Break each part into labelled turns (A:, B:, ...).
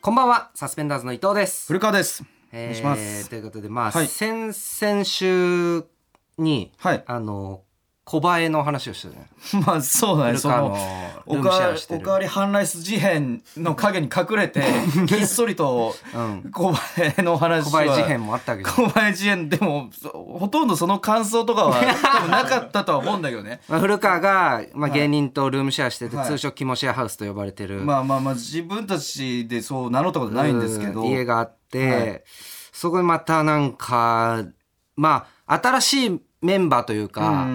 A: こんばんはサスペンダーズの伊藤です。
B: 古川です。お
A: え
B: 願い
A: ー
B: します。
A: ということでまあ、
B: はい
A: 先々週に
B: はい。
A: あの小映えの話をしてたね。
B: まあそうだね。
A: 古
B: そ
A: 川
B: の
A: の
B: お
A: ルームシェ
B: かわ
A: アを
B: り
A: して
B: お
A: る
B: か。わりハンライス事変の影に隠 れてひっそりと
A: うん
B: 小林の話
A: 小
B: は
A: 林事変もあったわけど。
B: 小林事変でもそほとんどその感想とか は多分なかったとは思うんだけどね。
A: まあ、古川が、まあ、芸人とルームシェアしてて、
B: はい
A: 通称キモシェアハウスと呼ばれてる、
B: まあまあまあ自分たちでそう名乗ったことないんですけど。
A: うん家があって、
B: はい
A: そこにまたなんかまあ新しいメンバーという
B: うん
A: か、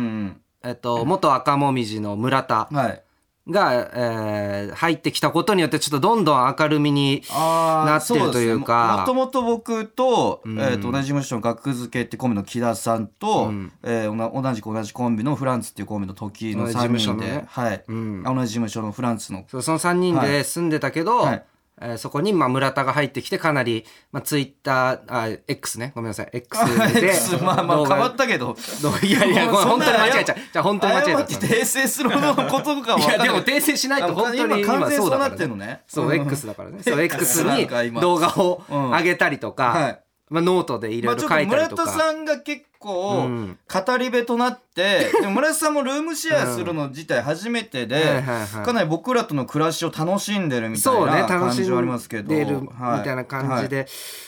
A: えっと、元赤もみじの村田
B: うん。はい。
A: が、えー入ってきたことによってちょっとどんどん明るみにな
B: な
A: ってるというか
B: ももともと僕と,、
A: うん
B: えーと同じ事務所の学付けってコンビの木田さんと、
A: うん
B: えーおな同じく同じコンビのフランツっていうコンビの時の
A: 同じ事
B: 3
A: 務所
B: 人
A: の
B: で、
A: ね
B: はい
A: うん
B: 同じ事務所のフランツの
A: そうその3人で住んでたけど、
B: はい
A: えーそこにまあ村田が入ってきてかなり、まあ、ツイッターあ X ねごめんなさい X で
B: X まあまあ
A: 動
B: 変
A: 画
B: わったけど
A: 動画いやいやごめん
B: そん
A: 本
B: な
A: 当に間違えちゃうじゃあ本当に間違えちゃ
B: 謝
A: っ
B: ったて訂正するほどのことかはい分か
A: や
B: んない
A: でも訂正しないと本当に
B: 今
A: 今
B: 完
A: そ
B: 全そうう
A: だか
B: な
A: ら
B: ってる
A: ね
B: のね
A: そう X だからねそう X
B: X なん
A: に
B: か今
A: 動画を
B: うん
A: 上げたりと
B: は
A: か
B: い
A: まあノートでいろいろ書いたりと
B: まあ、ちょっと村田
A: か
B: さんが結
A: う
B: 構
A: ん
B: 語り部となって、でも村田さんもルームシェアするの自体初めてで、
A: うん はいはいはい
B: かなり僕らとの暮らしを楽しんでるみたい
A: そうね
B: な
A: 楽
B: 感
A: し
B: じはありますけ
A: ん
B: ど、
A: でるみたいな感じ
B: はい
A: で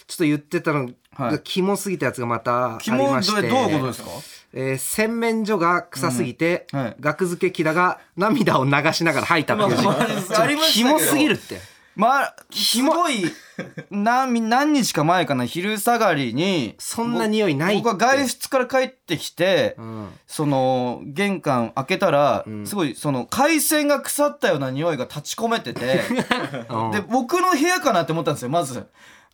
A: ちょっと言ってたの
B: は
A: が
B: い
A: キモすぎたやつがまたあり
B: キモ
A: ま
B: ど
A: して
B: れどういうことですか
A: えー洗面所が臭すぎて、
B: うんはい
A: 額付け木田が涙を流しながら吐いたっていう、
B: まあまあ
A: ちょっと
B: ありましたけど
A: キモすぎるって
B: まあすごいな何日か前かな昼下がりに
A: そんな匂いないって
B: 僕は外出から帰ってきて、
A: うん
B: その玄関開けたら、
A: ん
B: すごいその海鮮が腐ったような匂いが立ち込めてて
A: うん
B: で僕の部屋かなって思ったんですよまず。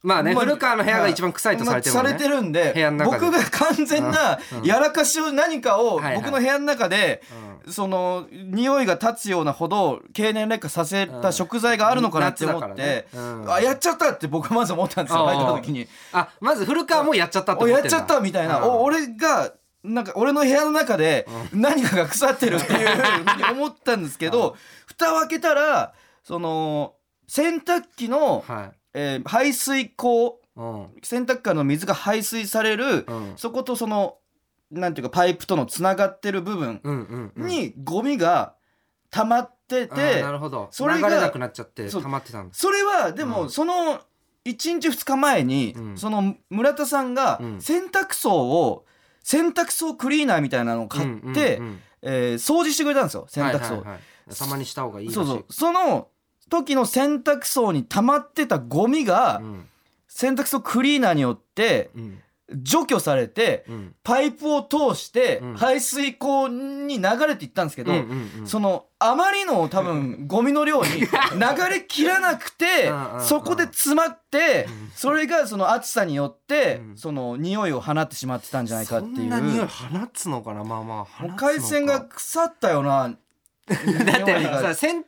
A: まあね、
B: まあ
A: 古川の部屋が一番臭いとされてるもんね、
B: まあされてるんで
A: 部屋の中で
B: 僕が完全なやらかしを何かを
A: はいはい
B: 僕の部屋の中で、その匂いが立つようなほど経年劣化させた食材があるのかなって思
A: うん
B: っ
A: 夏
B: て、
A: だからねうん
B: あやっちゃったって僕はまず思ったんですよ
A: あ
B: 入った時に。
A: あまず古川もやっちゃったって
B: お
A: 思
B: や
A: っ
B: って
A: ん
B: ち
A: だ
B: ゃったみたいな
A: うん
B: お俺がなんか俺の部屋の中で何かが腐ってるっていうふうに思ったんですけど蓋を開けたらその洗濯機の、
A: はい
B: えー排水口
A: うん
B: 洗濯機の水が排水される、
A: うん
B: そことそのなんていうかパイプとのつながってる部分
A: うんうんうん
B: にゴミが溜まって
A: あ
B: て、
A: ーなるほど
B: それが
A: 流れなくなっちゃって
B: そう
A: 溜まってたんです
B: それはで
A: う
B: も
A: ん
B: その1日2日前に、
A: うん
B: その村田さんが
A: うん
B: 洗濯槽を洗濯槽クリーナーみたいなのを買って、
A: うんうんうん
B: えー掃除してくれたんですよ洗濯槽。
A: はいはいはいたまにした方がいいらしい
B: そうそうその時の洗濯槽に溜まってたゴミが
A: うん
B: 洗濯槽クリーナーによって
A: うん
B: 除去されて、
A: うん
B: パイプを通して
A: うん
B: 排水口に流れていったんですけど、
A: うんうんうん
B: そのあまりの多分ゴミの 量に流れきらなくて
A: うんうんうん
B: そこで詰まって
A: うん
B: それがその暑さによって
A: うん
B: その匂いを放ってしまってたんじゃないかってい。
A: そんな匂いう放つのかなまあまあ放つのか
B: 海鮮が腐ったよな。だ
A: だってさ洗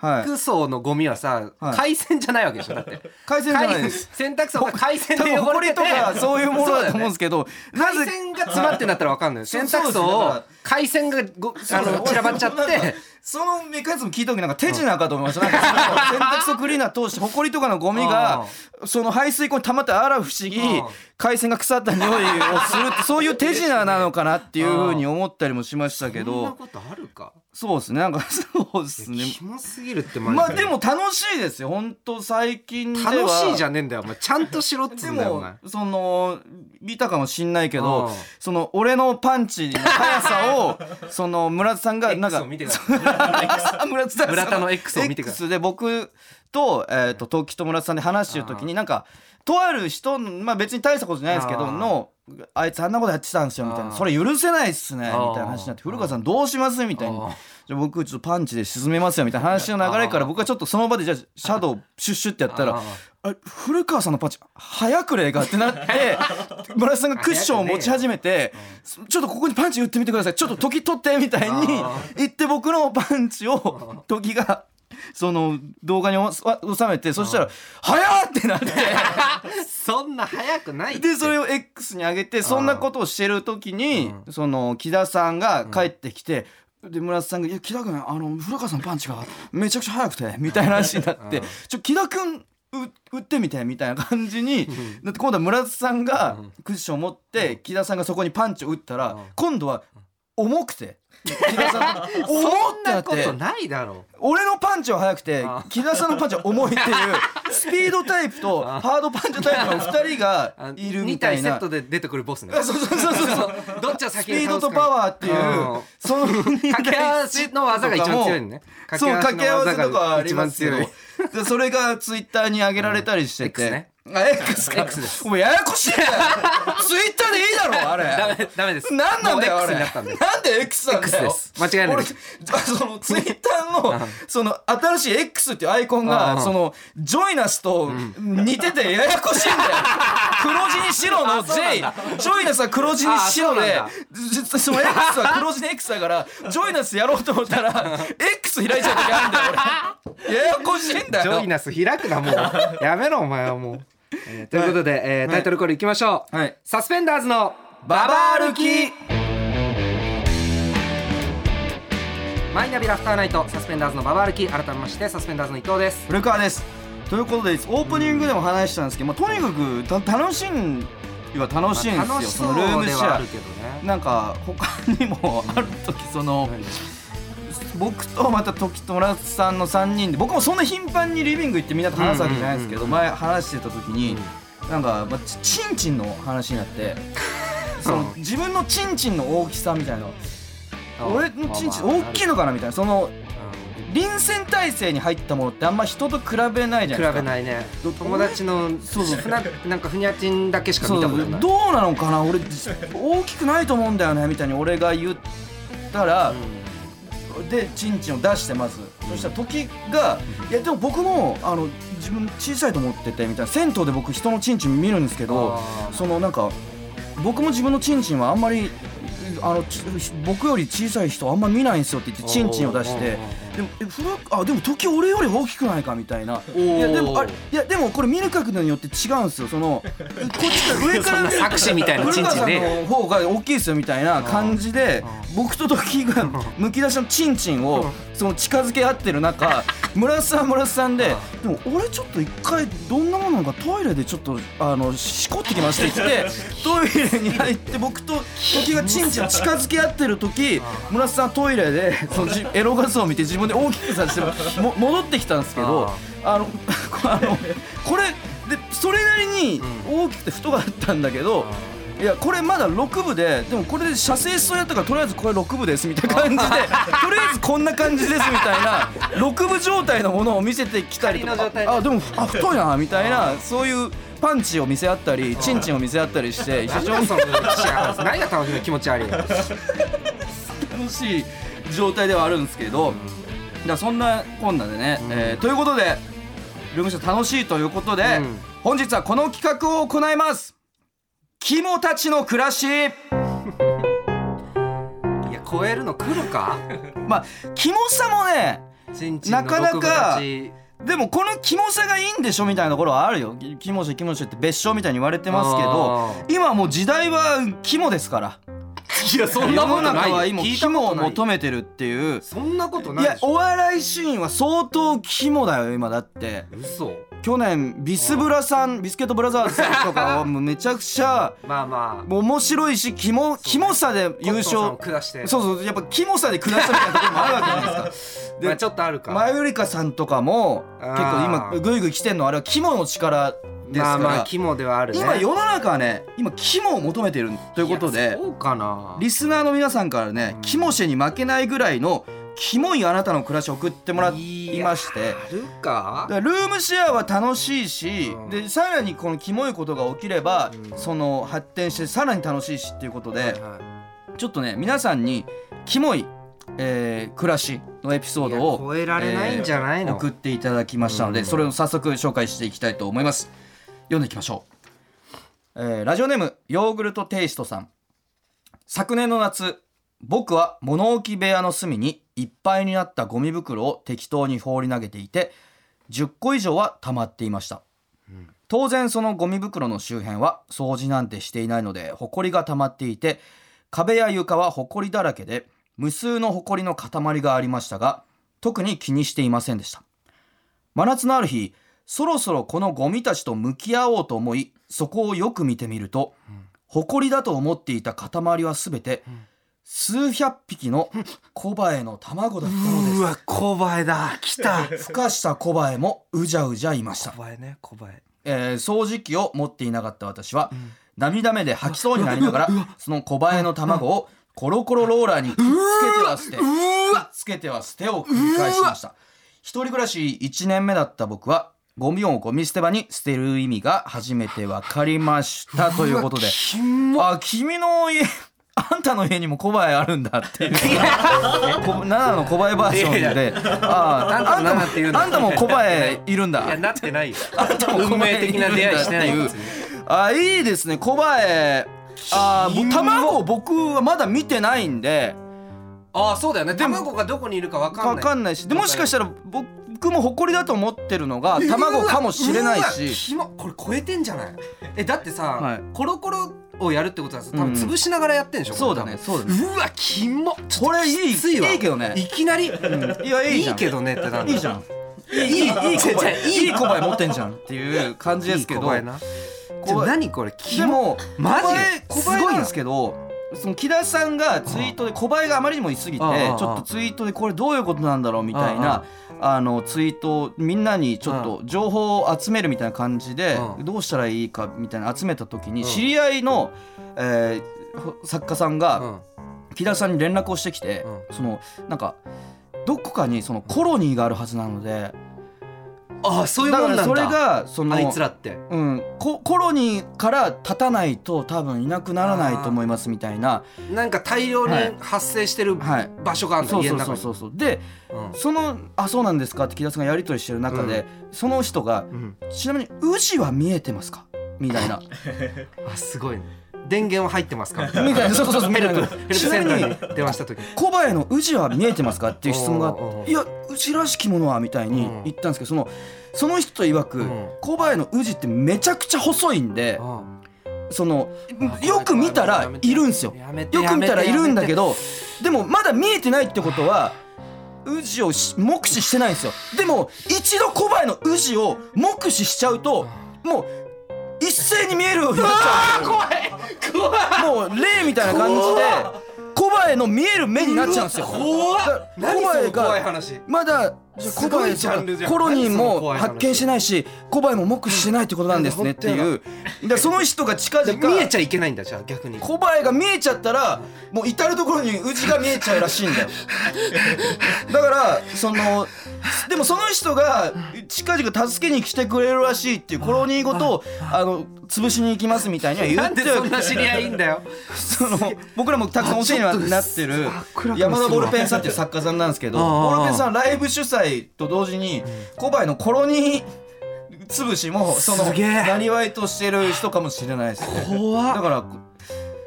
B: はい、
A: 濯槽のゴミはさ、
B: はい
A: 海鮮じゃないわけでしょだって
B: 海鮮じゃないです。
A: 洗濯槽が海鮮
B: 多
A: で
B: 分
A: 汚れて
B: 埃とか
A: て
B: そういうものだと思うん
A: そ
B: で
A: う
B: すけど、な
A: 海
B: ぜ
A: 鮮が詰まってんだったらわかんない
B: そ
A: 洗
B: う
A: 濯槽
B: そうです
A: を
B: よ
A: 海鮮がごあの散らばっちゃっ
B: そうなん
A: て
B: かそのメカニズム聞いた時なんか手品かと思いましたなんかその洗濯槽クリーナー通して埃とかのゴミがその排水口に溜まってあら不思議
A: うん
B: 海鮮が腐った匂いをするってそういう手品なのかなっていうふうに思ったりもしましたけ
A: そんな
B: ど
A: ことあるか
B: そうですねなんかそうですね
A: キモすぎるってマジ
B: まあでも楽しいですよ本当最近では
A: 楽しいじ
B: ゃ
A: ゃねえんだよお前ちゃんとしろっつ
B: で
A: うんだよお
B: も
A: 前
B: その見たかもしんないけ
A: う
B: ど
A: ん
B: その俺のパンチの速 さをその村田さんがなん
A: X
B: か
A: を見てください
B: あ村田さん
A: 村田の X を見てくださ
B: X で僕と,、えー、と東吉と村田さんで話してる時になんかとある人の、まあ、別に大したことじゃないですけ
A: あ
B: ど
A: ー
B: の「あいつあんなことやってたんですよ」みたい
A: あ
B: な「
A: ー
B: それ許せないっすね」み
A: あ
B: た
A: ー
B: いな話になって「古川さんどうします?」みたい
A: あ
B: な
A: ー
B: 「じゃあ僕ちょっとパンチで沈めますよ」みたいな話の流れか
A: あー
B: ら僕はちょっとその場でじゃあシャドウシュッシュってやったら
A: あー
B: 「あれ古川さんのパンチ早くれが」ってなって 村田さんがクッションを持ち始めて「ちょっとここにパンチ打ってみてくださいちょっと時取って」みたいに
A: あ
B: 言って僕のパンチを時が。その動画におさ収めてそしたら「早っ!」ってなって
A: そんな早くないって
B: でそれを X に上げてそんなことをしてる時にその木田さんが帰ってきてで村田さんが「いや木田君あの古川さんのパンチがめちゃくちゃ速くて」みたいな話になって「ちょ木田君う打ってみてみたいな感じにだって今度は村田さんが
A: うん
B: クッションを持って、木田さんがそこにパンチを打ったら、
A: うん
B: 今度は重く て木田さん重
A: そん
B: ってな
A: な
B: っ
A: こと
B: て
A: ないだろ
B: 俺のパンチは速くて
A: あ
B: 木田さんのパンチは重いって いうスピードタイプとハードパンチタイプの2人
A: あ
B: がいるみたい
A: 二体セ
B: な
A: ット。で出てくるボスね
B: あそうそうそうそうそう
A: どっちを
B: ス
A: 先
B: ピ
A: に
B: ード
A: 倒す
B: と
A: か
B: パワーっていう
A: うん
B: その
A: 駆け足の技が一番強いのね
B: そう掛け合わせとかはあり
A: 一
B: ま
A: 番
B: すけ
A: 強い
B: どそれがツイッターに上げられたりしてて、
A: うん X ね
B: あ X か
A: X です
B: お前ややこしいん だよツイッターでいいだろあ
A: ダ
B: れ
A: メダメです
B: なんなんだよ
A: もう X
B: あれ
A: に
B: な
A: なった
B: ん
A: んで
B: で X なんだ
A: X で
B: よ
A: す間違いない
B: 俺
A: です
B: あそのツイッターのその新しい X っていうアイコン
A: うん
B: がそのジョイナスと似ててややこしいんだよ黒字に白の J ジョイナスは黒字に白で
A: あ
B: 実はその X は黒字で X だからジョイナスやろうと思ったら X 開いちゃう時あるんだよ俺ややこしいんだ
A: ジョイ
B: よ
A: ナス開くなもう やめろお前はもう、えーということで、えータイトルコールいきましょう、
B: はい
A: サスペンダーズの
B: ババ歩き
A: マイナビラフターナイトサスペンダーズのババ歩き改めましてサスペンダーズの伊藤です
B: 古川ですということでオープニングでも話したんですけど、まあ、とにかくた楽しいんは楽しいんですよ、
A: まあ楽しそ
B: そ
A: う
B: のルーム
A: で
B: シ
A: は
B: ェ
A: あ
B: ア
A: るけどね
B: なんか他にもある時その僕とまた時と村田さんの3人で僕もそんな頻繁にリビング行ってみんなと話すわけじゃないですけど
A: うん
B: 前話してた時になんかまあちちんちんの話に なってその自分のちんちんの大きさみたいな俺のちんちん大きいのかなみたいなその臨戦態勢に入ったものってあんま人と比べないじゃ
A: 比
B: ないですか
A: べないね友達の
B: そうそう
A: ふななんかふにゃちんだけしか
B: そ
A: 見
B: う
A: た
B: ど
A: ことないう
B: なのかな俺大きくないと思うんだよねみたいに俺が言ったら、でチンチンを出してます、そしたら時が「いやでも僕もあの自分小さいと思ってて」みたいな銭湯で僕人のチンチン見るんですけど
A: あー
B: そのなんか僕も自分のチンチンはあんまりあのち僕より小さい人あんま見ないんですよって言ってチンチンを出して
A: おー
B: でもえ古あでも時俺より大きくないかみたいな。
A: おー
B: いやでもあれいやでもこれ見る角度によって違うんですよそのこっちから 上から見る
A: 作詞みたいな
B: 古
A: チン
B: 川
A: チン
B: さん
A: ね
B: の方が大きいですよみたいな感じで
A: う
B: 僕と時がむき出しのチンチンをその近づけ合って る中村瀬さんは村瀬さんで「でも俺ちょっと一回どんなものなのかトイレでちょっとあのしこってきまして」って 言ってトイレに入って僕と時がチンチン近づけ合ってる時村瀬さんはトイレでそのじエロ画像を見て自分で大きくさせても戻ってきたんですけどあの あのこれでそれなりに大きくて太かったんだけど。いやこれまだ6部ででもこれで射精しそうやったからとりあえずこれ6部ですみたいな感じで とりあえずこんな感じですみたいな6部状態のものを見せてきたりと
A: 光の状
B: か
A: 態ね
B: あでもあ太いなみたいなそういうパンチを見せ合ったりチンチンを見せ合ったりして非常
A: 何
B: に
A: その幸せ何が楽しみ気持ち悪いよ
B: 楽しい状態ではあるんですけどだからそんなこんなでね、
A: うん
B: えーということでルームシェア楽しいということで、
A: うん
B: 本日はこの企画を行います肝たちの暮らし
A: いや超えるの来るか
B: まあ肝さもね
A: チンチンの
B: なかなか
A: 毒が立ち
B: でもこのキモさがいいんでしょみたいなところはあるよきキモしキモしって別称みたいに言われてますけ
A: あ
B: ど今もう時代はキモですから
A: いやそ
B: 世
A: んなこ
B: の
A: とな
B: 中
A: い
B: は今
A: 聞い
B: キ
A: た
B: モ
A: こ
B: を
A: とない
B: 求めてるっていう
A: そんなこと
B: い
A: ない
B: や
A: でしょ
B: お笑いシーンは相当キモだよ今だって
A: 嘘
B: 去年ビスブラさんビスケットブラザーズさんとかはもうめちゃくちゃ
A: まあまあ
B: もう面白いしキモキモさで優
A: コットンさん
B: 勝
A: を下して
B: そうそうやっぱキモさで下したみたいなところもあるわけじゃないですかで
A: まあちょっとあるか
B: マユリカさんとかも
A: あ
B: 結
A: ー
B: 構今グイグイ来てんのあれは肝の力です
A: ま
B: か
A: あまあ
B: ら
A: 肝ではあるね
B: 今世の中はね今肝を求めてるということ
A: いや
B: で
A: そうかな
B: リスナーの皆さんからね肝氏に負けないぐらいのキモいあなたの暮らしを送ってもらいまして
A: あるか
B: だからルームシェアは楽しいし、
A: うん
B: でさらにこのキモいことが起きれば、
A: うん
B: その発展してさらに楽しいしっていうことで、
A: は
B: ちょっとね皆さんにキモい、えー暮らしのエピソードを
A: いや超えられないんじゃないの
B: 送っていただきましたので、
A: うん
B: それを早速紹介していきたいと思います読んでいきましょう、えーラジオネームヨーグルトテイストさん昨年の夏僕は物置部屋の隅にいっぱいになったゴミ袋を適当に放り投げていて10個以上は溜まっていました当然そのゴミ袋の周辺は掃除なんてしていないので埃が溜まっていて壁や床は埃だらけで無数の埃の塊がありましたが特に気にしていませんでした真夏のある日そろそろこのゴミたちと向き合おうと思いそこをよく見てみると、埃だと思っていた塊は全て、数百匹のコバエの卵だったのです
A: うわ小林 だ来た
B: 孵化したコバエもうじゃうじゃいました
A: 小、林ね小林
B: えー掃除機を持っていなかった私は、涙目で吐きそうになりながらそのコバエの卵をコロコロローラーにくっつけては捨てくっつけては捨てを繰り返しました一人暮らし1年目だった僕はゴミをゴミ捨て場に捨てる意味が初めて分かりましたということで
A: キモ
B: あ君の家あんたの家にもコバエあるんだ っていうこ7のコバエバージョンで
A: いやい
B: ああ
A: あんたも7って言うんだ
B: あんたもコバエいるんだ
A: いやなってないよ
B: も
A: 運命的な出会いしてないよ別に
B: あいいですねコバエあーもう卵僕はまだ見てないんで
A: ああそうだよね
B: でも
A: 卵がどこにいるかわかんない
B: わかんないしでもしかしたら僕も誇りだと思ってるのが卵かもしれないう
A: わ
B: し
A: キモこれ超えてんじゃないえだってさ、
B: はい
A: コロコロをやるってことはさ多分
B: うん
A: 潰しながらやってんでしょ、
B: そうだね
A: これ多分
B: そう
A: うわキモちょっと
B: これい
A: き
B: い
A: つわ
B: いいけどね
A: いきなり、
B: いやいい
A: い
B: じゃ
A: い
B: ん
A: けどねってなんだ
B: いいじゃん
A: いいいいいい
B: コバエいい
A: 小
B: コバエ持ってんじゃんっていう感じですけど
A: 小林なちょ
B: 小林
A: 何これキ
B: で
A: モ
B: も
A: マジ
B: 小林
A: す
B: 小
A: ごいな
B: 林なんですけどその木田さんがツイートで小林があまりにもいすぎてち
A: あああ
B: ょ
A: あ
B: っとツイートでこれどういうことなんだろうみたいなあのツイートをみんなにちょっと情報を集めるみたいな感じで
A: うん
B: どうしたらいいかみたいな集めた時に
A: うん
B: 知り合いのえーほ作家さん
A: う
B: が
A: ん
B: 木田さんに連絡をしてきて
A: う
B: そのなんかどこかにそのコロニーがあるはずなので
A: ああそういう
B: だ
A: も
B: か
A: んなん
B: ら
A: だ
B: それがその
A: あいつらって
B: うん、ココロニーから立たないと多分いなくならないと思いますみたいな
A: なんか大量に
B: はい
A: 発生してる
B: はい
A: 場所があるんだ、
B: そう
A: 家
B: そ
A: の
B: う
A: 中
B: そう
A: に
B: そうそうで
A: うん
B: その「あそうなんですか」って木田さんがやり取りしてる中で、その人が
A: うん
B: 「ちなみに宇治は見えてますか?」みたい な
A: あすごいね電源は入ってますかみたいな
B: みたいなそうそうそうみ
A: ヘ
B: た
A: ルプ
B: いな
A: ヘルプ
B: ち
A: セン
B: なみ
A: タ
B: に
A: ーに電話した時に
B: 小林の宇治は見えてますかっていう質問があ
A: おうおうお
B: っ
A: う
B: て「いや宇治らしきものは」みたいに言ったんですけどそのその人曰く、
A: うん
B: 小林の宇治ってめちゃくちゃ細いんでそのよく見たらいるんですよ。
A: やめて
B: よく見たらいるんだけ
A: ど
B: どでもまだ見えてないってことは宇治をし目視してないんですよでも一度小林の宇治を目視しちゃうともう一斉に見えるようになっちゃ
A: 怖い怖いう
B: もう霊みたいな感じで小林の見える目になっちゃうんですよ
A: 怖っ
B: だから
A: 何その怖い
B: が
A: 話
B: まだじゃあ
A: す
B: 小
A: ごいジャンル
B: 林
A: じゃ
B: が
A: ん
B: コロニー
A: 何その
B: も
A: 怖い話
B: 発見してないし小林も目視してないってことなんですねっていうだからその人が近
A: で
B: 々
A: 見えちゃいけないんだじゃあ逆に
B: 小林が見えちゃったらもう至る所に宇治が見えちゃうらしいんだよ だからそのでもその人が近々助けに来てくれるらしいっていうコロニーごとあの潰しに行きますみたいには言
A: な
B: っ
A: ん
B: て
A: でそんな知り合いいんだよ
B: その僕らもたくさんお世話になってる
A: あちょっと
B: 山田ボールペンさんっていう作家さんなんですけど
A: ああ
B: ボールペンさんライブ主催と同時に小林のコロニー潰しもその
A: すげえ
B: なりわいとしてる人かもしれないですね
A: 怖
B: だから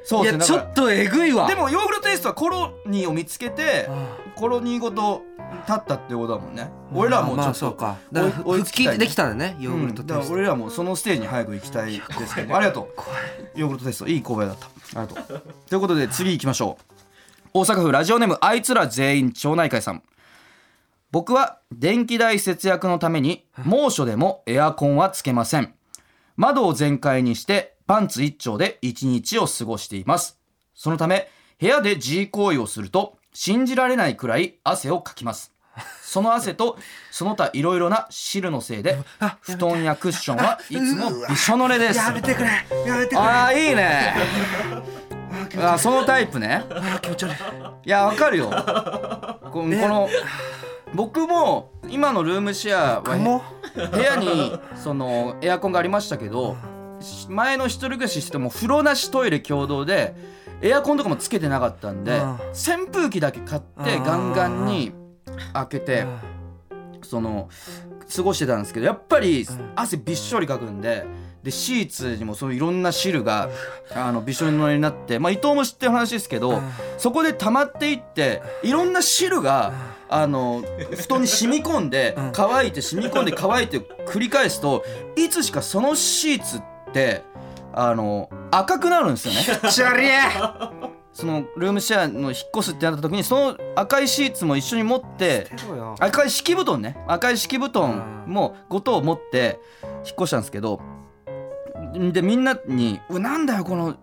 B: そう
A: い
B: です
A: やちょ
B: ねだから
A: っとえぐいわ
B: でもヨーグルトテイストはコロニーを見つけて
A: あ
B: コロニーごと立ったってことだもんね俺らはもうち
A: ま
B: ょ
A: あ
B: っ
A: そ
B: と
A: うかだから復
B: 追い追いつきた
A: 帰
B: い
A: できたんだねヨーグルト
B: うん
A: テ
B: だ
A: イ
B: か
A: ス
B: ら
A: ト
B: 俺らもそのステージに早く行きたいですけどありがとうヨーグルトテイストいい神戸だったありがとうということで次行きましょう大阪府ラジオネームあいつら全員町内会さん僕は電気代節約のために猛暑でもエアコンはつけません窓を全開にしてパンツ一丁で一日を過ごしていますそのため部屋で G 行為をすると信じられないくらい汗をかきますその汗とその他いろいろな汁のせ いで布団やクッションはいつもびしょ濡れです
A: やめてくれやめてくれ
B: ああいいねあーそのタイプね
A: あ気持ち悪い
B: いやわかるよここの僕も今のルームシェアは
A: 僕も
B: 部屋にそのエアコンがありましたけどし前の一人暮らししても風呂なしトイレ共同でエアコンとかもつけてなかったんで
A: うん
B: 扇風機だけ買ってガンガンに開けてその過ごしてたんですけどやっぱり汗びっしょりかくんで。でシーツにもそのいろんな汁があのびしょ濡れになって、まあ、伊藤も知ってる話ですけどそこで溜まっていっていろんな汁があの布団に染み込んで
A: うん
B: 乾いて染み込んで乾いて繰り返すといつしか そのシーツってあの赤くなるんですよね。
A: 気持ち悪い
B: そのルームシェアの引っ越すってなった時にその赤いシーツも一緒に持って
A: 捨てろよ
B: 赤い敷布団ね赤い敷布団もごとを持って引っ越したんですけどでみんなに「うなんだよこの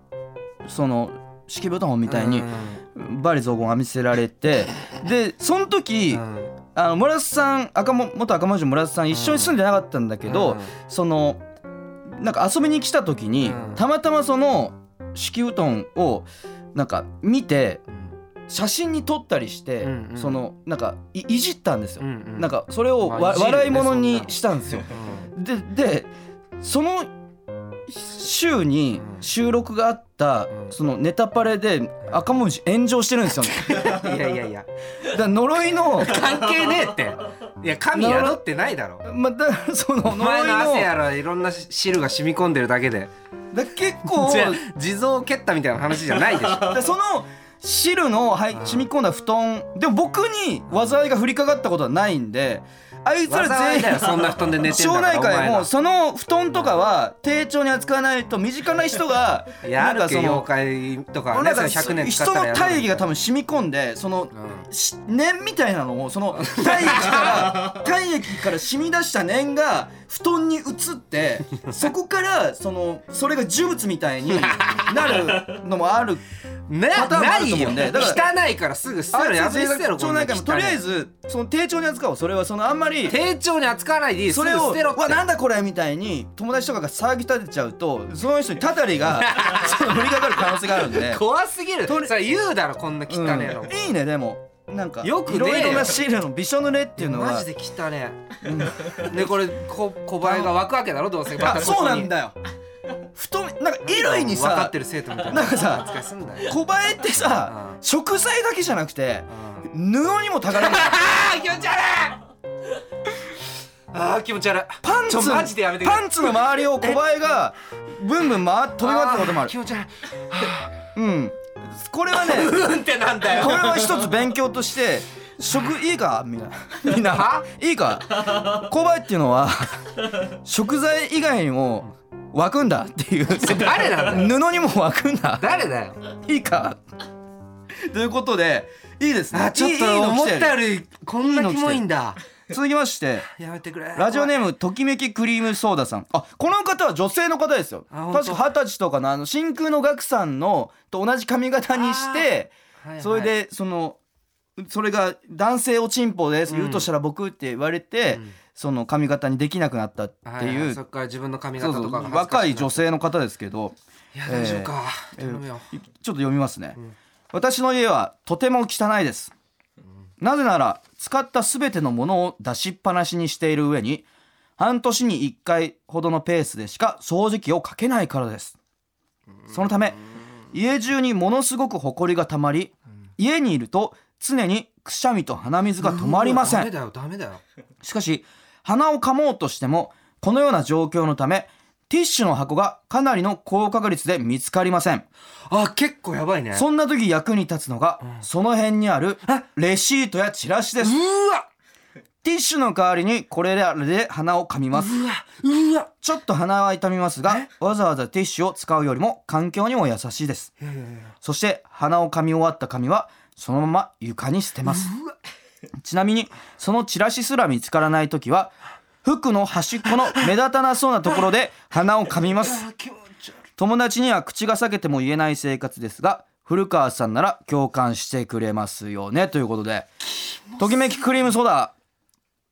B: その敷布団」みたいに
A: うん
B: バリ雑言を浴びせら れてでその
A: う
B: 時、
A: ん
B: あの村田さん赤も元赤文字の村田さん一緒に住んでなかったんだけど、
A: うん
B: そのなんか遊びに来た時に、
A: うん
B: たまたまその敷布団をなんか見て写真に撮ったりして、
A: うんうん
B: そのなんかいいじったんですよ、
A: うんうん
B: なんかそれをわ、
A: まあいじるね
B: 笑い
A: そ
B: 物
A: んな
B: に
A: の
B: したんですよ。
A: うん
B: ででその週に
A: うん
B: 収録があった、
A: うん
B: そのネタパレで赤文字炎上してるんで すよね。
A: いやいやいや
B: だから呪いの
A: 関係ねえっていや神宿ってないだろ
B: まあ、だからその
A: お
B: 呪
A: 前
B: い
A: の汗や
B: の
A: らいろんな汁が染み込んでるだけで
B: だ結構
A: じゃあ地蔵を蹴ったみたいな話じゃないでしょ
B: だその汁の、はい、
A: うん
B: 染み込んだ布団でも僕に災いが降りかかったことはないんであいつら
A: 災
B: 全
A: いだよ
B: 員
A: そんな布団で寝てん
B: 町
A: だから
B: 内
A: お前
B: 会も
A: ら
B: その布団とかは丁重に扱わないと身近な人が
A: や
B: なん
A: る
B: か
A: け
B: その
A: 妖怪とか
B: な
A: ね
B: ん
A: そ
B: か
A: れ100年使っ
B: 人
A: た
B: の
A: らやる
B: 体液が多分染み込んでその
A: うん
B: し念みたいなのを その体液から体液から染み出した念が布団に移 ってそこからそのそれが呪物みたいになるのもある
A: ね
B: パターンもあ
A: な
B: ると
A: い
B: 思
A: よ
B: うんで
A: ね
B: だ
A: 汚いからすぐ捨てろやめ捨てろ
B: 町内会もとりあえずその丁重に扱おうそれはそのあんまり
A: 丁重に扱わないでいい
B: それを
A: すぐ捨てろっ
B: 「
A: て
B: わなんだこれ」みたいに友達とかが騒ぎ立てちゃうとその人にたた りがその降りかかる可能性があるんで、
A: 怖すぎる
B: とり
A: それ言うだろこんな汚ねえの
B: うんいいねでもなんか
A: よくね
B: いろいろなシールのびしょ濡れっていうのは
A: マジで汚ねえでこれこ小林が湧くわけだろどうせま
B: あ
A: た
B: そうなん
A: よ
B: だよ太めなんか衣類に
A: 分かっ
B: さ
A: てる生徒みたいな
B: な
A: ん
B: かさ
A: 扱いすんなよ
B: 小映えってさ
A: うん
B: 食材だけじゃなくて
A: うん
B: 布にも宝 が
A: あー気持ち悪いあー気持ち悪い
B: パン
A: ちょ
B: ツ
A: マジでやめてくれ
B: パンツの周りを小映えがブンブン回っ飛び回ってたことも
A: ー
B: ある
A: 気持ち悪い
B: うんこれはね
A: うんってなんだよ
B: これは一つ勉強として食いいかみんなみんな
A: はい
B: いか小映えっていうのは食材以外にも湧くんだっていう布
A: 誰なん だよ
B: にも湧くんだ
A: 誰だよ
B: いいかということでいいですね
A: あちょっ
B: いいいい
A: と
B: の
A: 思っ
B: 来てる
A: たよりこんなキモいんだ
B: 続きまして
A: やめてくれ
B: ラジオネームときめきクリームソーダさんあこの方は女性の方ですよ
A: あ本当
B: 確か二十歳とかのあの真空のガクさんのと同じ髪型にして
A: はいはい
B: それでそのそれが「男性おちんぽです」言うとしたら僕って言われて、
A: うん
B: その髪型にできなくなったって
A: はい
B: い
A: は
B: う
A: いそっから自分の髪
B: そう
A: 型
B: そ
A: と
B: う
A: かが
B: 若い女
A: 性
B: 性の方ですけど
A: いや大丈夫か頼むよ
B: ちょっと読みますね、
A: ん
B: 私の家はとても汚いです、なぜなら使ったすべてのものを出しっぱなしにしている上に半年に1回ほどのペースでしか掃除機をかけないからですそのため家中にものすごくほこりがたまり家にいると常にくしゃみと鼻水が止まりませ
A: ダメ
B: ん
A: だよダメだよ
B: しかし鼻をかもうとしてもこのような状況のためティッシュの箱がかなりの高確率で見つかりません
A: あ結構やばいね
B: そんな時役に立つのが、その辺にあるレシートやチラシで
A: う
B: す。
A: わ
B: ティッシュの代わりにこれらで鼻を噛みます。
A: うわうわ
B: ちょっと鼻は痛みますが、わざわざティッシュを使うよりも環境にも優しいです。
A: いやいやいや
B: そして鼻を噛み終わった紙はそのまま床に捨てます。
A: うわ
B: ちなみにそのチラシすら見つからない時は、服の端っこの目立たなそうなところで鼻を噛みます。
A: あ気持ち悪い
B: 友達には口が裂けても言えない生活ですが古川さんなら共感してくれますよねということでときめきクリームソーダ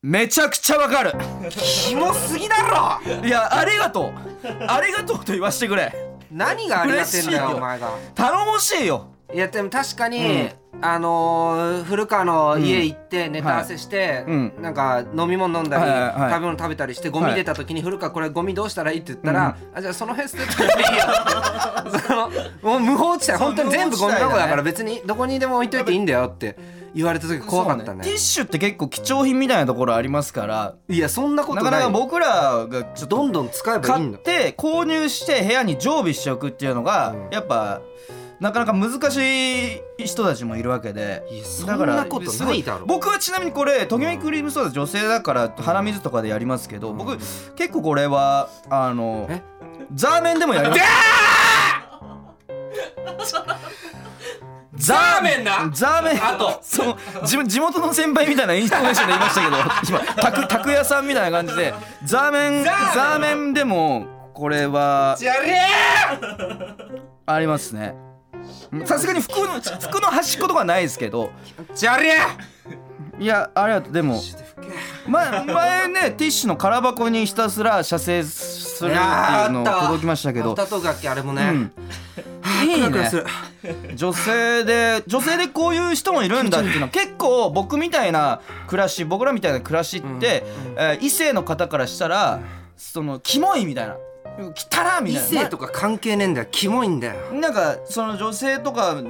B: めちゃくちゃわかる
A: キモすぎだろ
B: いやありがとうありがとうと言わしてくれ
A: 何がありがてんだ
B: 嬉しい
A: よ
B: よ
A: お前が
B: 頼もしいよ
A: いやでも確かに、あのー古川の家行ってネタ合わせして、
B: うん
A: なんか飲み物飲んだり、
B: はいはいはい
A: 食べ物食べたりしてゴミ出た時に、古川これゴミどうしたらいいって言ったら、あじゃあその辺捨てといていいよ ってそのもう無法地帯
B: そう
A: 本当に全部ゴミ箱
B: 無
A: だ
B: 法地帯だ
A: か
B: ね
A: ら別にどこにでも置いといていいんだよって言われた時怖かったね
B: ティッシュって結構貴重品みたいなところありますから
A: いやそんなことな
B: ないかなか
A: よ
B: 僕らがちょっ
A: ど
B: と
A: んどん使えばいい
B: 買
A: ん
B: っ
A: だ
B: て購入して部屋に常備しておくっていうのが
A: うん
B: やっぱなかなか難しい人たちもいるわけで
A: いやそんなこと
B: すご
A: ないだろ
B: 僕はちなみにこれときめきクリームソーダ女性だから鼻水とかでやりますけど、僕結構これはあの
A: え
B: ザーメンでもやります
A: ザーメンな
B: ザーメン
A: あと
B: その自分地元の先輩みたいなインストネーションで言いましたけど 今たくたく屋さんみたいな感じでザーメン
A: ザ
B: ザ
A: ーメン
B: ーメンでもこれは
A: じゃれー
B: ありますねさすがに服の服の端っことかはないですけど
A: じゃれー
B: いやあれはでも前前ねティッシュの空箱にひたすら射精するっていうの届きましたけど
A: 歌と楽器あれも
B: う
A: ね
B: ん、いい
A: クラクラ
B: ね
A: する
B: 女性で女性でこういう人もいるんだっていうのは結構僕みたいな暮らし僕らみたいな暮らしって、えー異性の方からしたらそのキモいみたいな汚らみ
A: 異
B: たいな
A: 性とか関係ねえんだよキモいんだよ
B: なんかその女性とか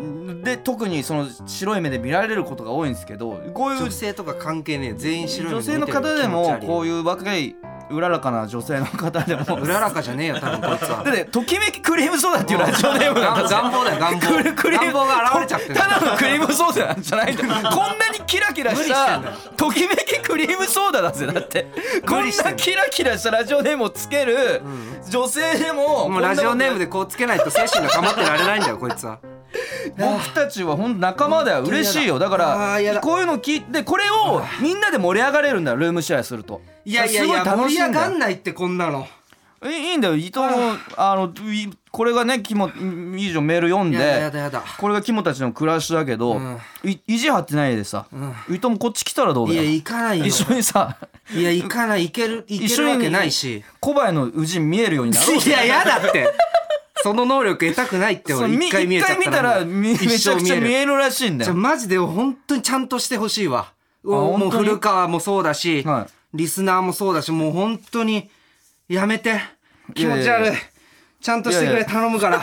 B: で特にその白い目で見られることが多いんですけどこういう
A: 女性とか関係ねえ全員白い
B: 女性の方でもこう
A: いう
B: いう若いうららかな女性の方 でも
A: うららかじゃねえよ多分こいつ は
B: だってときめきクリームソーダっていうラジオネームなん
A: 願
B: ですよ
A: 願望だよ願
B: クリ
A: 望
B: クリーム
A: 願望が現れちゃってる
B: ただのクリームソーダなんじゃないんだよこんなにキラキラ
A: 無理
B: し
A: して
B: た
A: んだよ
B: ときめきクリームソーダだぜだってこ
A: 無
B: ん
A: 理してんだ
B: な
A: よ
B: キラキラしたラジオネームをつける女性でも
A: もうラジオネーム
B: で
A: でこうつけないと精神が保ってられないんだよこいつは
B: 僕たちは本当仲間だよ嬉しいよだか
A: あーや
B: ら
A: だ
B: こういうの聞いてこれをみんなで盛り上がれるんだよルームシェアすると
A: いやいやいや
B: すご
A: 盛
B: い楽し
A: り
B: い
A: 上
B: んだ
A: が
B: よ
A: んないってこんなの
B: えいいんだよ伊藤もあのいこれがねキモ以上メール読ん
A: い
B: で
A: やだやだやだ
B: これがキモたちの暮らしだけど、
A: うん
B: い意地張ってないでさ、伊藤もこっち来たらどう
A: い
B: だ
A: や
B: よ
A: 行かないよ
B: 一緒にさ
A: いや行かない行ける行けるわけないし
B: 小林の宇治見えるようになろう
A: いややだってその能力得たくないって
B: そう
A: 俺
B: み
A: 一回見えちゃっ
B: 一回見
A: た
B: た
A: ら
B: らみめちゃくちゃ見えるらしいんだ
A: じゃあ
B: よ
A: マジで本当にちゃんとしてほしいわも
B: 本当
A: う
B: に
A: 古川もそうだし、
B: は
A: リスナーもそうだしもう本当にやめて気持
B: い
A: ち
B: やい
A: 悪い
B: やいや
A: ちゃんとしてくれ
B: いやいや
A: 頼むから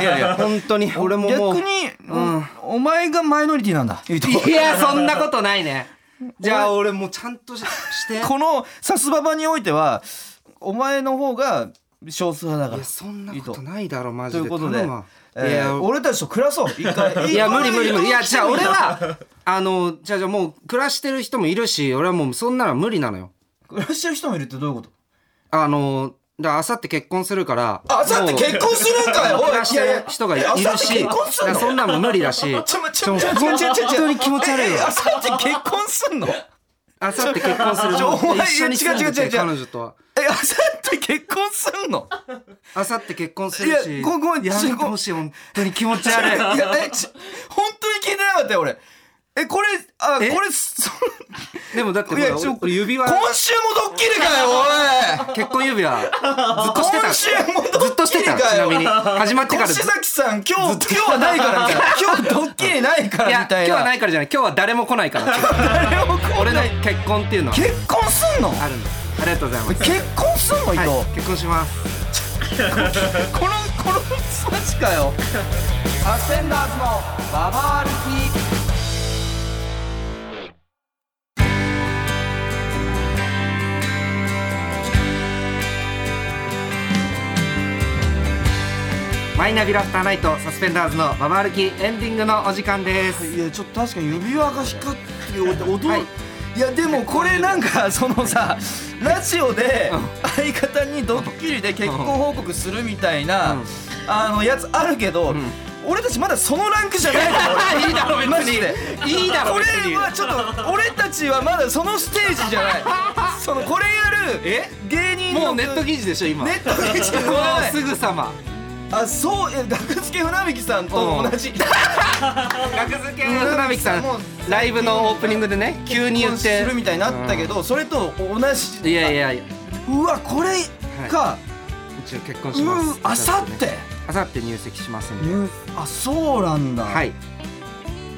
B: いやいや
A: 本当に俺ももう
B: 逆に、おお前がマイノリティなんだ伊藤
A: いやそんなことないねじゃあ俺もうちゃんとしして
B: このさすばばにおいてはお前の方が少数派だ
A: い
B: か
A: や
B: ら
A: そんなことないだろマ
B: と
A: ジ
B: い
A: で
B: うことで
A: 頼むわ、
B: え
A: いや
B: ー、俺たちと暮らそう一回
A: いや無理無理無理いや
B: 伊藤
A: じゃあ俺はあのじゃあじゃあもう暮らしてる人もいるし俺はもうそんなの無理なのよ
B: 暮らしてる人もいるってどういうこと
A: あのだからあさって結婚するから
B: あさって結婚するんかよおい
A: 暮らしてる人がいる
B: いやいやあさっ
A: して
B: 結婚す
A: だ
B: んの
A: からそんなんも無理だし
B: ちょまち
A: ちょ
B: ょちょちょちょちょ
A: 本当に気持ち悪い
B: え
A: よ
B: あさって結婚すんのえ
A: あさって結婚する
B: ちょお前
A: 一緒に住んで
B: 違う違う違
A: て
B: う違う
A: 彼女とは
B: あさって結婚すんの
A: あさって結婚する
B: い
A: し
B: やごご
A: やめてほしい本当に気持ち悪い
B: いやえち本当に聞いてなかったよ俺えこれあ
A: え
B: これそ
A: でもだってほ
B: いや
A: ら
B: ちょ
A: 俺俺指輪
B: 今週もドッキリかよおい
A: 結婚指輪ずっとしてた
B: 今週もドッキリかよ
A: ずっとしてたちなみに始まってから
B: 越
A: ずっと
B: 崎さん今日今日はないからみたいな今日ドッキリないか
A: い
B: ら
A: や
B: み
A: 今
B: たい
A: 日はな
B: ない
A: からじゃない今日は誰も来ないからっていう
B: 誰もこ
A: 俺の結婚っていうのは
B: 結婚すんの
A: あるんだありがとうございます
B: 結婚すんの伊藤、
A: はい結婚します
B: このこのマジかよサスペンダーズのババアルキ
A: マイナビラフターナイトサスペンダーズのババ歩きエンディングのお時間です
B: いやちょっと確かに指輪が光っておいて驚、
A: はい
B: い、やでもこれなんかそのさラジオで
A: うん
B: 相方にドッキリで結婚報告するみたいな、
A: うん
B: あのやつあるけど、
A: ん
B: 俺たちまだそのランクじゃ ないの
A: いいだろ別に
B: マジで
A: いいだろ
B: これ
A: 別に
B: はちょっと俺たちはまだそのステージじゃないそのこれやる
A: え
B: 芸人の
A: もうネット記事でしょ今
B: ネット記事
A: も
B: もな
A: う
B: い
A: すぐさま
B: あそうえ 学付け船引さんと同じ
A: 学付け船引さん
B: もう
A: ライブのオープニングでね急に言っ
B: す
A: て
B: るみたいになったけど、それと同じ
A: いやいやいや
B: うわこれか、
A: 一応結婚
B: う
A: します
B: ーあさって
A: あさって入籍しますんで
B: あそうなんだ、、
A: はいい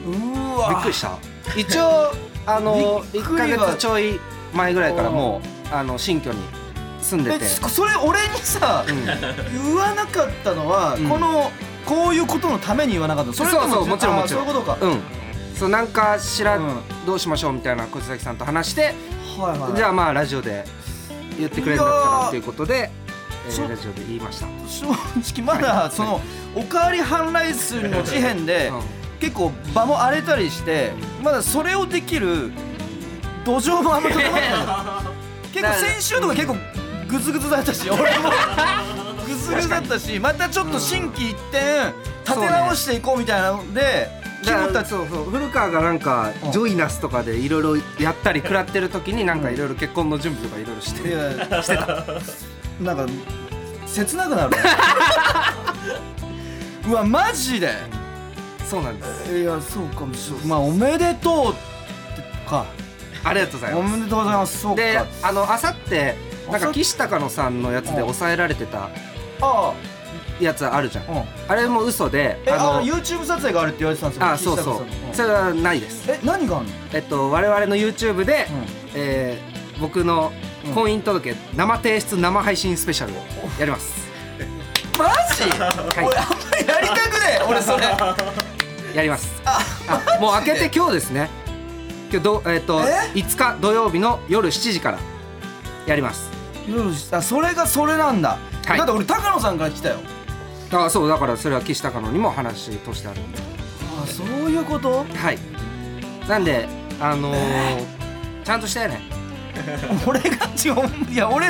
A: う
B: ーわ
A: びっくりした一応あの
B: びっ
A: 1
B: く
A: ヶ
B: りは
A: 月ちょい前ぐらいからもうあの新居に住んで
B: え
A: て
B: それ俺にさ、
A: うん
B: 言わなかったのは、
A: うん
B: このこういうことのために言わなかったのそれと
A: そうそうもちろん
B: あー
A: もちろん
B: そういうことか、
A: うんそうなんかしら
B: うん
A: どうしましょうみたいな小崎さんと話して
B: はいはい
A: じゃあまあラジオで言ってくれるんだったらということでえー
B: そう
A: ラジオで言いました
B: 正直まだそのおかわり半ライスの事変で
A: うん
B: 結構場も荒れたりしてまだそれをできる土壌もあんま整ってない結構先週とか結構グズグズだったし俺もグズグズだったしまたちょっと心機一転立て直していこうみたいなので
A: だから
B: 肝たち
A: そうそう古川がなんか
B: うん
A: ジョイナスとかでいろいろやったり食らってる時になんかいろいろ結婚の準備とかいろいろして
B: いや
A: してた
B: なんか切なくなるうわマジで
A: そうなんです
B: いやそうかもしれないまあおめでとうってか
A: ありがとうござい
B: お
A: ます
B: めでとうございますそうか
A: であのあさってなん
B: あ
A: か
B: さ
A: 岸高野さんのやつで抑えられてた
B: あ
A: やつあるじゃん
B: あうん
A: あれも嘘で
B: えあの
A: あ
B: YouTube 撮影があるって言われてたんですよ
A: あそうそうそ
B: 岸田
A: れはないです
B: さんえ何があんの、
A: えっと我々の YouTube で、えー僕の
B: うん
A: 婚姻届生提出生配信スペシャルをやります
B: マジ、俺あんまり やりたくねえ俺 それ
A: やりますあもう開けて今日ですね今日どえっと
B: え
A: 5日土曜日の夜7時からやります
B: 夜しあそれがそれなんだ、
A: はい
B: だって俺高野さんから来たよ
A: あそうだからそれは岸高野にも話としてあるんで
B: あそういうこと
A: はいなんであのーちゃんとしたよね
B: 俺が違ういや俺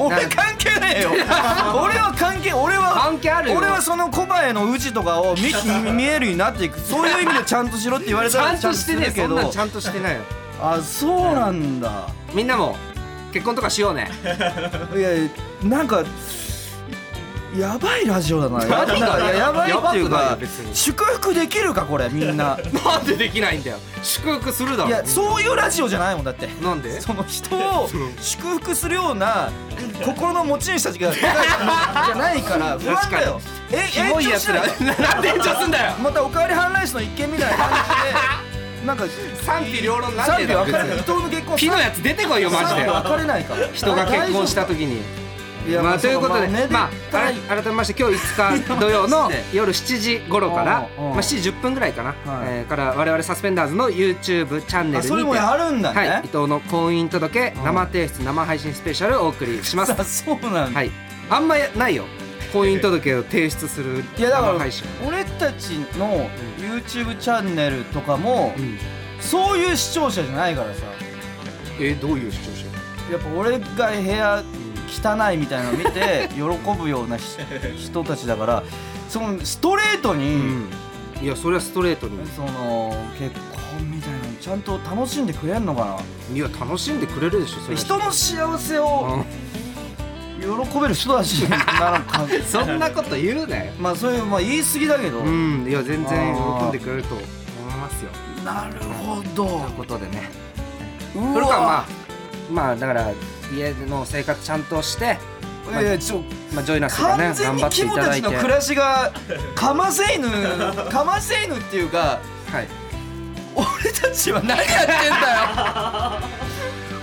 B: 俺関係ねえ よ俺は関係俺は
A: 関係あるよ
B: 俺はそのコバエの宇治とかを見見見えるようになってい くそういう意味でちゃんとしろって言われ
A: ち
B: た
A: ゃ
B: ら
A: んとしてねえ
B: ちゃ
A: そ
B: ん
A: ん
B: と
A: なん
B: す
A: ち
B: る
A: ゃんとしてないよ
B: けどあそうなんだ
A: みんなも結婚とかしよう ね
B: いやなんかやばいラジオだ なやなんかいややばいっていう
A: やばくない
B: か
A: よ別に
B: 祝福できるかこれみんな
A: なんでできないんだよ祝福するだろ
B: いやそういうラジオじゃないもんだって
A: なんで
B: その人を祝福するような心の持ち主 たちがじゃないから不安だよえ
A: キモいやつら
B: 延長しない
A: なんで延長すんだよ
B: またおかわり反乱史の一件みたいな感じでなんか
A: 賛否両論 なん
B: 賛
A: で
B: 否
A: だよ
B: 分かれない
A: 別
B: 伊
A: に
B: 藤の結婚
A: ピのやつ出てこいよマジで
B: 賛否分かれないから
A: 人が結婚した時に
B: いや
A: まあということで
B: まあ
A: まあ
B: まあ
A: 改改めまして今日5日土曜 の夜7時頃から
B: うんうん
A: まあ7時10分ぐらいかな
B: はい
A: えーから我々サスペンダーズの YouTube チャンネ
B: あ
A: ル
B: それ
A: に
B: も
A: て
B: やるんだ
A: はい伊
B: ね
A: 藤の婚姻届生提出生配信スペシャルをお送りします
B: さあ そうなんだ
A: はいあんまやないよ婚姻届を提出する
B: いやだから
A: 生配信
B: 俺たちの YouTube チャンネルとかも
A: うん
B: そういう視聴者じゃないからさ
A: えどういう視聴者
B: やっぱ俺が部屋汚いみたいなの見 て喜ぶようなひ人たちだからそのストレートに、
A: いやそれはストレートに
B: その結婚みたいなのちゃんと楽しんでくれんのか
A: いや楽しんでくれるでしょそれ
B: な
A: は
B: 人の幸せ
A: う
B: を
A: ん
B: 喜べる人たちなの か
A: そんなこと言うなよ
B: まあそういうまあ言い過ぎだけど、
A: うんいや全然
B: あー
A: 喜んでくれると思いますよ
B: なるほど
A: ということでね
B: う
A: 古
B: わ
A: 川まあまあだから家の生活ちゃんとして、まあ
B: いやいやちょ
A: まあ、ジョイナスとかね
B: 完全
A: 頑
B: に
A: 張って
B: キ
A: い
B: ム
A: た
B: た
A: だ
B: ち
A: いて
B: の暮らしがかませ犬かませ犬っていう か
A: はい
B: 俺たちは何やってんだよ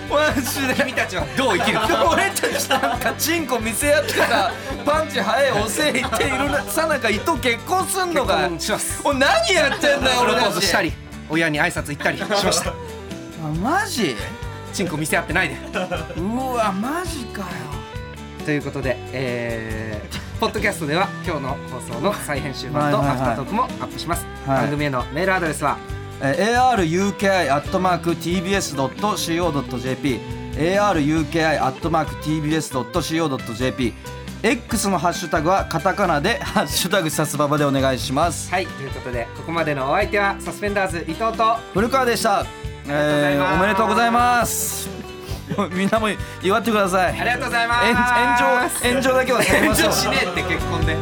B: マジで
A: 君たちはどう生きるか
B: 俺たちなんかチンコ見せ合ってたパンチ早えおせえ言っていろんなさなか伊藤結婚すんの
A: 結
B: か
A: 婚します
B: おい何やってんだよ
A: プ
B: 俺
A: ロポ
B: た
A: ーズ
B: ち
A: したり親に挨拶行ったりしま した
B: あマジ
A: チンコ見せ合ってないで
B: うわマジかよ
A: ということで、えー、ポッドキャストでは今日の放送の再編集版と
B: はいはい
A: ア
B: はい
A: フタートークもアップします、
B: はい
A: 番組へのメールアドレスは
B: えー aruki.tbs.co.jp aruki.tbs.co.jp X のハッシュタグはカタカナで「 ハッシュタグさすばば」でお願いします
A: はいということでここまでのお相手はサスペンダーズ伊藤と
B: 古川でしたえーおめでとうございます みんなも祝ってください
A: ありがとうござい
B: 炎
A: ます
B: 炎上炎上だけは避けましょう
A: 炎上しねえって結婚で